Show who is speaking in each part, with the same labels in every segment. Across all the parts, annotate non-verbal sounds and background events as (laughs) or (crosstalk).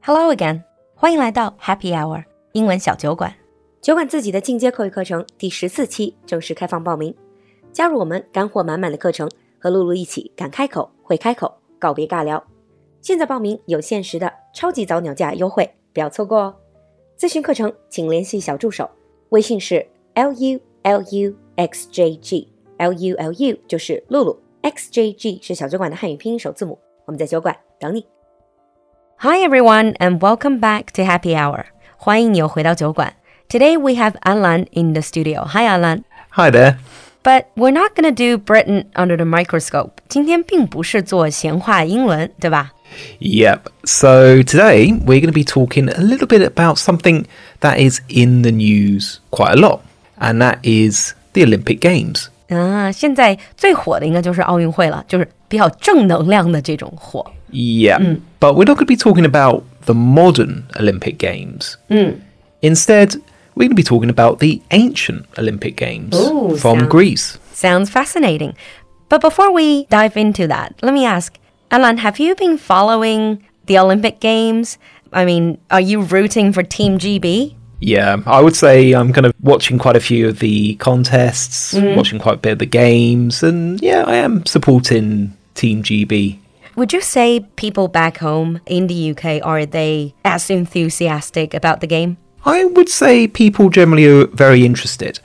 Speaker 1: Hello again，欢迎来到 Happy Hour 英文小酒馆。
Speaker 2: 酒馆自己的进阶口语课程第十四期正式开放报名，加入我们干货满满的课程，和露露一起敢开口、会开口，告别尬聊。现在报名有限时的超级早鸟价优惠，不要错过哦！咨询课程请联系小助手，微信是 l u l u x j g l u l u 就是露露，x j g 是小酒馆的汉语拼音首字母。我们在酒馆等你。
Speaker 1: Hi everyone and welcome back to Happy Hour，欢迎你又回到酒馆。Today we have Alan in the studio. Hi Alan.
Speaker 3: Hi there.
Speaker 1: But we're not gonna do Britain under the microscope. 今天并不是做闲话英文，对吧？
Speaker 3: Yep. So today we're going to be talking a little bit about something that is in the news quite a lot, and that is the Olympic Games.
Speaker 1: 啊，现在最火的应该就是奥运会了，就是比较正能量的这种火。
Speaker 3: Yeah.
Speaker 1: Mm.
Speaker 3: But we're not going to be talking about the modern Olympic Games.
Speaker 1: Mm.
Speaker 3: Instead, we're going to be talking about the ancient Olympic Games
Speaker 1: Ooh,
Speaker 3: from
Speaker 1: sounds-
Speaker 3: Greece.
Speaker 1: Sounds fascinating. But before we dive into that, let me ask Alan, have you been following the Olympic Games? I mean, are you rooting for Team GB?
Speaker 3: Yeah, I would say I'm kind of watching quite a few of the contests,
Speaker 1: Mm.
Speaker 3: watching quite a bit of the games, and yeah, I am supporting Team GB.
Speaker 1: Would you say people back home in the UK are they as enthusiastic about the game?
Speaker 3: I would say people generally are very interested,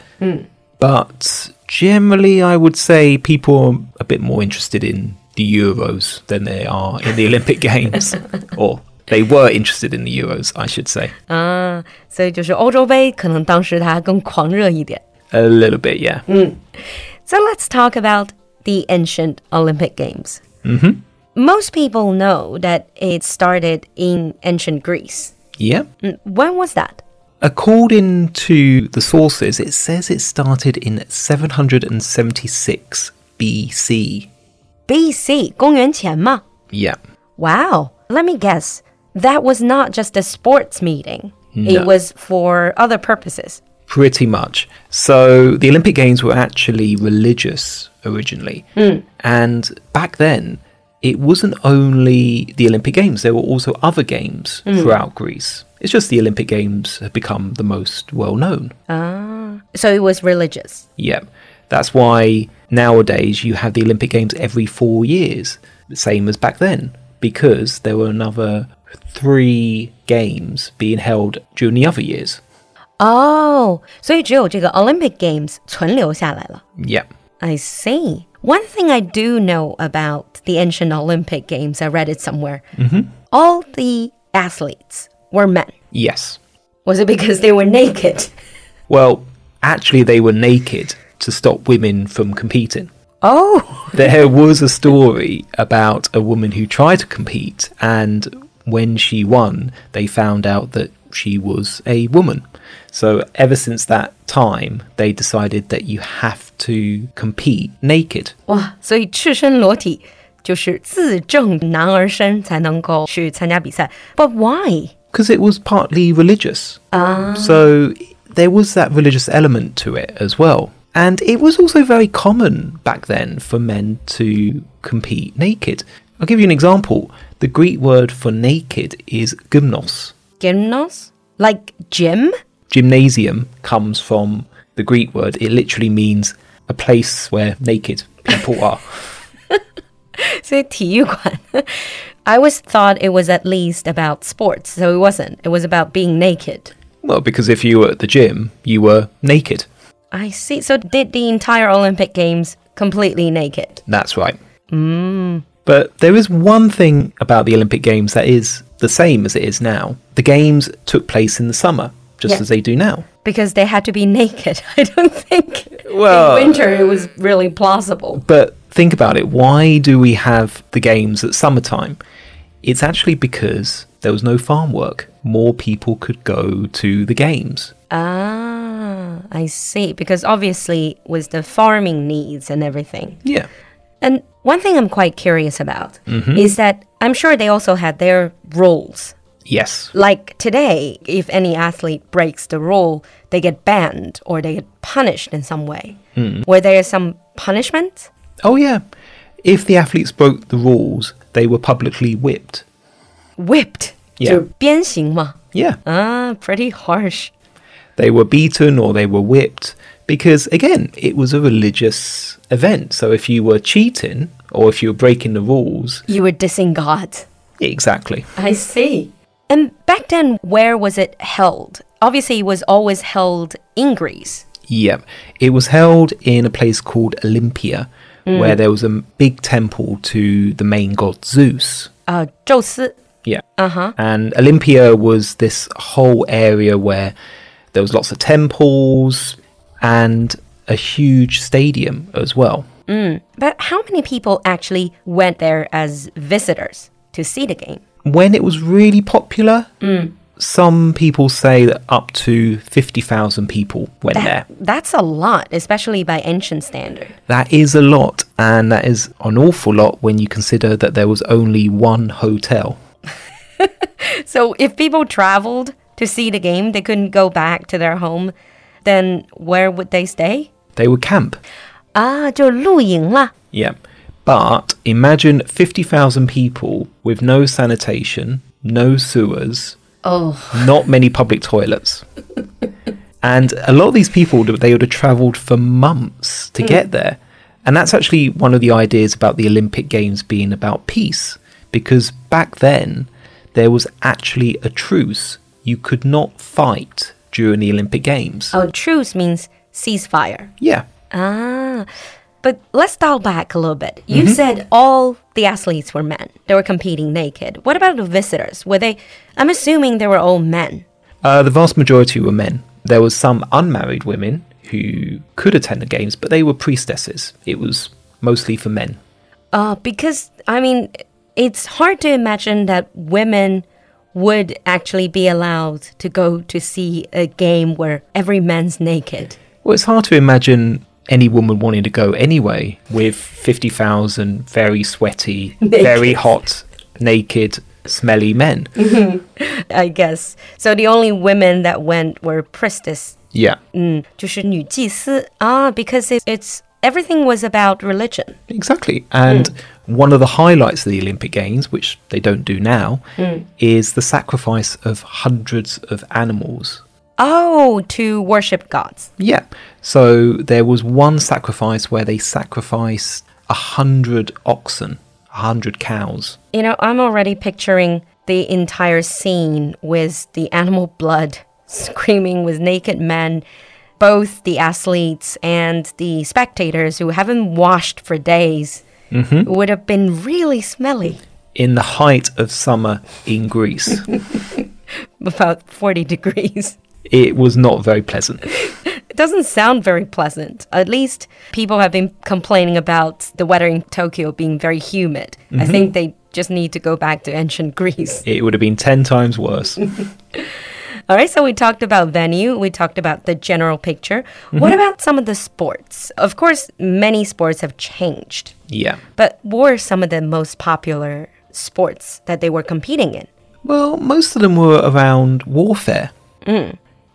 Speaker 3: but generally, I would say people are a bit more interested in the Euros than they are in the Olympic Games, or they were interested in the Euros, I should say.
Speaker 1: 所以就是欧洲杯可能当时它更狂热一点。
Speaker 3: A little bit, yeah.
Speaker 1: So let's talk about the ancient Olympic Games. Mm-hmm. Most people know that it started in ancient Greece.
Speaker 3: Yeah.
Speaker 1: When was that?
Speaker 3: According to the sources, it says it started in 776 BC.
Speaker 1: BC 公元前吗
Speaker 3: Yeah.
Speaker 1: Wow. Let me guess. That was not just a sports meeting. It
Speaker 3: No.
Speaker 1: was for other purposes.
Speaker 3: Pretty much. So the Olympic Games were actually religious originally. And back then, it wasn't only the Olympic Games, there were also other games throughout Greece. It's just the Olympic Games have become the most well known.
Speaker 1: So it was religious.
Speaker 3: Yeah. That's why nowadays you have the Olympic Games every four years, the same as back then, because there were another three games being held during the other years.
Speaker 1: Oh, 所以只有这个 Olympic Games 存留下来了。
Speaker 3: Yeah.
Speaker 1: I see. One thing I do know about the ancient Olympic Games, I read it somewhere. All the athletes were men.
Speaker 3: Yes.
Speaker 1: Was it because they were naked?
Speaker 3: Well, actually, they were naked to stop women from competing.
Speaker 1: Oh,
Speaker 3: There was a story about a woman who tried to compete, and when she won, they found out that she was a woman. So, ever since that time, they decided that you have to compete naked.
Speaker 1: 哇！所以赤身裸体就是自证男儿身才能够去参加比赛。But why?
Speaker 3: because it was partly religious. So there was that religious element to it as well. And it was also very common back then for men to compete naked. I'll give you an example. The Greek word for naked is gymnos.
Speaker 1: Gymnos? Like gym?
Speaker 3: Gymnasium comes from the Greek word, it literally means a place where naked people are. (laughs)
Speaker 1: 所以体育馆 (laughs) I always thought it was at least about sports, so it wasn't. It was about being naked.
Speaker 3: Well, because if you were at the gym, you were naked.
Speaker 1: I see. So did the entire Olympic Games completely naked?
Speaker 3: That's right. But there is one thing about the Olympic Games that is the same as it is now. The Games took place in the summer, just
Speaker 1: Yeah.
Speaker 3: as they do now.
Speaker 1: Because they had to be (laughs) naked. I don't think
Speaker 3: Well-
Speaker 1: in winter it was really plausible.
Speaker 3: But think about it why do we have the Games at summertime? It's actually because there was no farm work. More people could go to the Games.
Speaker 1: Ah, I see. Because obviously it was the farming needs and everything.
Speaker 3: Yeah.
Speaker 1: And one thing I'm quite curious about is that I'm sure they also had their rules.
Speaker 3: Yes.
Speaker 1: Like today, if any athlete breaks the rule, they get banned or they get punished in some way. Were there some punishment?
Speaker 3: Oh, yeah. If the athletes broke the rules, they were publicly whipped.
Speaker 1: Whipped.
Speaker 3: Yeah.
Speaker 1: 就鞭刑嘛。
Speaker 3: Yeah.
Speaker 1: Ah, pretty harsh.
Speaker 3: They were beaten or they were whipped because, again, it was a religious event. So if you were cheating or if you were breaking the rules,
Speaker 1: You were dissing God.
Speaker 3: exactly.
Speaker 1: I see. And back then, where was it held? Obviously, it was always held in Greece.
Speaker 3: Yep. It was held in a place called Olympia, where there was a m- big temple to the main god Zeus.
Speaker 1: Uh, 宙斯.
Speaker 3: Yeah. Uh-huh. And Olympia was this whole area where there was lots of temples and a huge stadium as well.
Speaker 1: But how many people actually went there as visitors to see the game?
Speaker 3: When it was really popular, some people say that up to 50,000 people went there.
Speaker 1: That's a lot, especially by ancient standard.
Speaker 3: That is a lot, and that is an awful lot when you consider that there was only one hotel.
Speaker 1: So if people traveled to see the game, they couldn't go back to their home, then where would they stay?
Speaker 3: They would camp.
Speaker 1: Ah, 就露营了.
Speaker 3: Yeah. But imagine 50,000 people with no sanitation, no sewers,
Speaker 1: Oh.
Speaker 3: not many public toilets. and a lot of these people, they would have travelled for months to get there. And that's actually one of the ideas about the Olympic Games being about peace, because back then there was actually a truce. You could not fight during the Olympic Games.
Speaker 1: Oh, truce means ceasefire.
Speaker 3: Yeah.
Speaker 1: Ah. But let's dial back a little bit. You said all the athletes were men. They were competing naked. What about the visitors? Were they I'm assuming they were all men.
Speaker 3: Uh, the vast majority were men. There was some unmarried women who could attend the games, but they were priestesses. It was mostly for men.
Speaker 1: Uh, because I mean, it's hard to imagine that women would actually be allowed to go to see a game where every man's naked. (laughs)
Speaker 3: Well, it's hard to imagine any woman wanting to go anyway with 50,000 very sweaty, very hot, naked, smelly men.
Speaker 1: I guess so. The only women that went were priestess,
Speaker 3: Yeah,
Speaker 1: 就是女祭司 ah, because it, it's everything was about religion.
Speaker 3: exactly. And one of the highlights of the Olympic Games, which they don't do now, is the sacrifice of hundreds of animals.
Speaker 1: Oh, to worship gods.
Speaker 3: Yeah. So there was one sacrifice where they sacrificed a hundred oxen, a hundred cows.
Speaker 1: You know, I'm already picturing the entire scene with the animal blood (laughs) screaming with naked men, both the athletes and the spectators who haven't washed for days. Would have been really smelly, (laughs)
Speaker 3: In the height of summer in Greece,
Speaker 1: about 40 degrees.
Speaker 3: it was not very pleasant.
Speaker 1: It doesn't sound very pleasant. At least people have been complaining about the weather in Tokyo being very humid. I think they just need to go back to ancient (laughs) Greece.
Speaker 3: It would have been 10 times worse. (laughs)
Speaker 1: All right, so we talked about venue, we talked about the general picture. What about some of the sports? Of course, many sports have changed,
Speaker 3: yeah.
Speaker 1: but what were some of the most popular sports that they were competing in?
Speaker 3: Well, most of them were around warfare.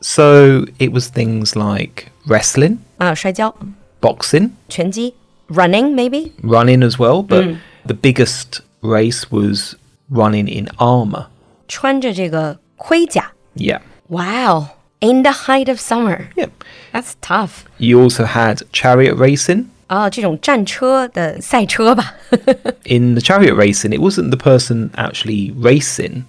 Speaker 3: So it was things like wrestling,
Speaker 1: Uh, 摔跤,
Speaker 3: boxing,
Speaker 1: 拳击, running, maybe?
Speaker 3: running as well, but the biggest race was running in armor.
Speaker 1: 穿着这个盔甲.
Speaker 3: Yeah.
Speaker 1: Wow, in the height of summer.
Speaker 3: Yeah.
Speaker 1: That's tough.
Speaker 3: You also had chariot racing.
Speaker 1: 哦，这种战车的赛车吧。
Speaker 3: In the chariot racing, it wasn't the person actually racing,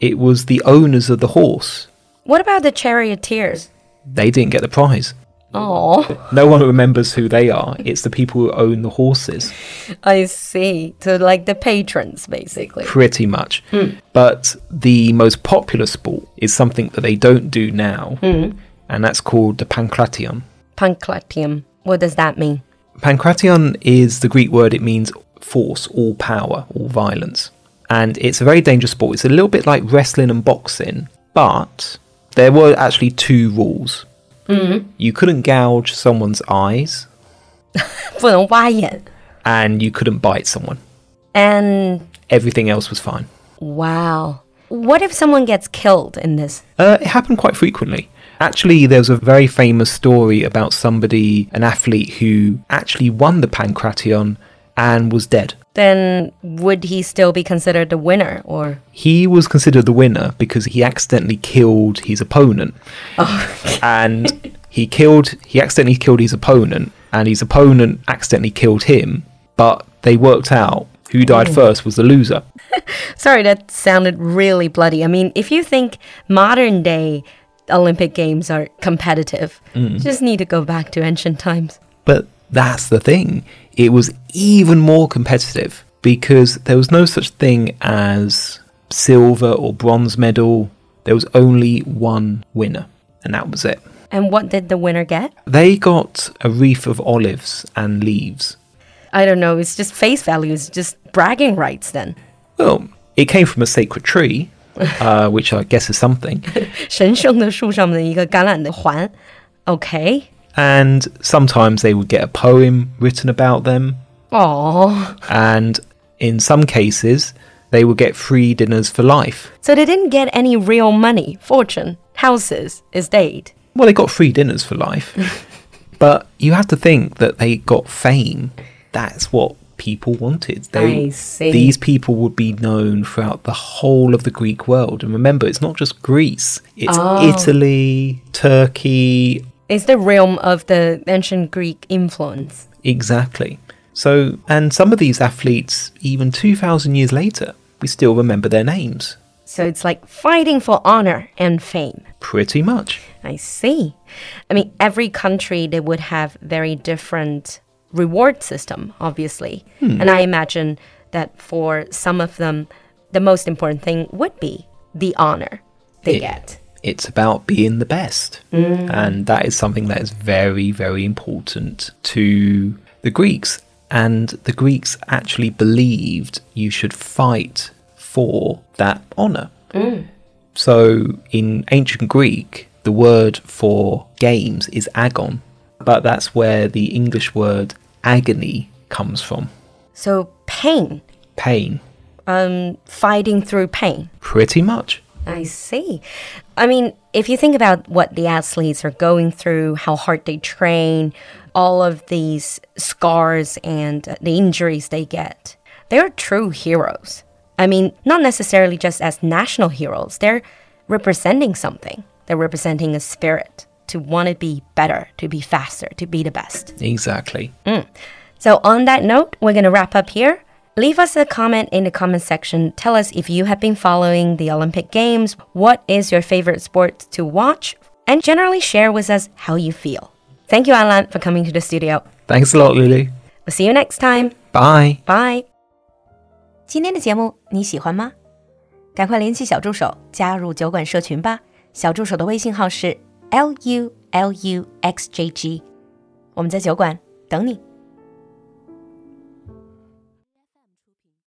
Speaker 3: it was the owners of the horse.
Speaker 1: (laughs) what about the charioteers?
Speaker 3: They didn't get the prize.
Speaker 1: Oh,
Speaker 3: No one remembers who they are. It's the people who own the horses.
Speaker 1: I see. So like the patrons, basically.
Speaker 3: pretty much. But the most popular sport is something that they don't do now, and that's called the pancration.
Speaker 1: Pancratium. What does that mean? (laughs)
Speaker 3: Pancration is the Greek word, it means force, all power, all violence. And it's a very dangerous sport. It's a little bit like wrestling and boxing, but there were actually two rules. You couldn't gouge someone's eyes,
Speaker 1: 不能挖眼.
Speaker 3: and you couldn't bite someone.
Speaker 1: And
Speaker 3: Everything else was fine.
Speaker 1: wow. What if someone gets killed in this?
Speaker 3: Uh, it happened quite frequently. Actually, there's a very famous story about somebody, an athlete, who actually won the Pancration and was dead.
Speaker 1: then would he still be considered the winner or
Speaker 3: He was considered the winner because he accidentally killed his opponent. and he killed he accidentally killed his opponent and his opponent accidentally killed him, but they worked out who died first was the loser.
Speaker 1: Sorry, that sounded really bloody. I mean, if you think modern day Olympic Games are competitive, just need to go back to ancient times.
Speaker 3: But that's the thing. It was even more competitive because there was no such thing as silver or bronze medal. There was only one winner, and that was it.
Speaker 1: And what did the winner get?
Speaker 3: They got a wreath of olives and leaves.
Speaker 1: I don't know. It's just face value. It's just bragging rights then. (laughs)
Speaker 3: Well, it came from a sacred tree, uh, which I guess is something.
Speaker 1: 神圣的树上的一个橄榄的环。Okay.
Speaker 3: And sometimes they would get a poem written about them,
Speaker 1: Oh.
Speaker 3: and in some cases, they would get free dinners for life.
Speaker 1: So they didn't get any real money, fortune, houses, estate.
Speaker 3: Well, they got free dinners
Speaker 1: (laughs)
Speaker 3: for life. but you have to think that they got fame. That's what people wanted. They,
Speaker 1: I see.
Speaker 3: These people would be known throughout the whole of the Greek world. And remember, it's not just Greece, it's
Speaker 1: Oh.
Speaker 3: Italy, Turkey.
Speaker 1: It's the realm of the ancient Greek influence.
Speaker 3: Exactly. So, and some of these athletes, even 2,000 years later, we still remember their names.
Speaker 1: So it's like fighting for honor and fame.
Speaker 3: Pretty much.
Speaker 1: I see. I mean, every country they would have very different reward system, obviously. And I imagine that for some of them, the most important thing would be the honor they
Speaker 3: It-
Speaker 1: get.
Speaker 3: It's about being the best. And that is something that is very, very important to the Greeks. And the Greeks actually believed you should fight for that honor. So in ancient Greek, the word for games is agon, but that's where the English word agony comes from.
Speaker 1: So pain,
Speaker 3: Pain,
Speaker 1: um, fighting through pain.
Speaker 3: pretty much.
Speaker 1: I see. I mean, if you think about what the athletes are going through, how hard they train, all of these scars and uh, the injuries they get, they're true heroes. I mean, not necessarily just as national heroes, they're representing something. They're representing a spirit to want to be better, to be faster, to be the best.
Speaker 3: Exactly.
Speaker 1: So, on that note, we're going to wrap up here. Leave us a comment in the comment section. Tell us if you have been following the Olympic Games, what is your favorite sport to watch, and generally share with us how you feel. Thank you, Alan, for coming to the studio.
Speaker 3: Thanks a lot, Lulu.
Speaker 1: We'll see you next time.
Speaker 3: Bye.
Speaker 1: Bye.
Speaker 2: 今天的节目你喜欢吗？赶快联系小助手加入酒馆社群吧。小助手的微信号是 l u l u x j g，我们在酒馆等你。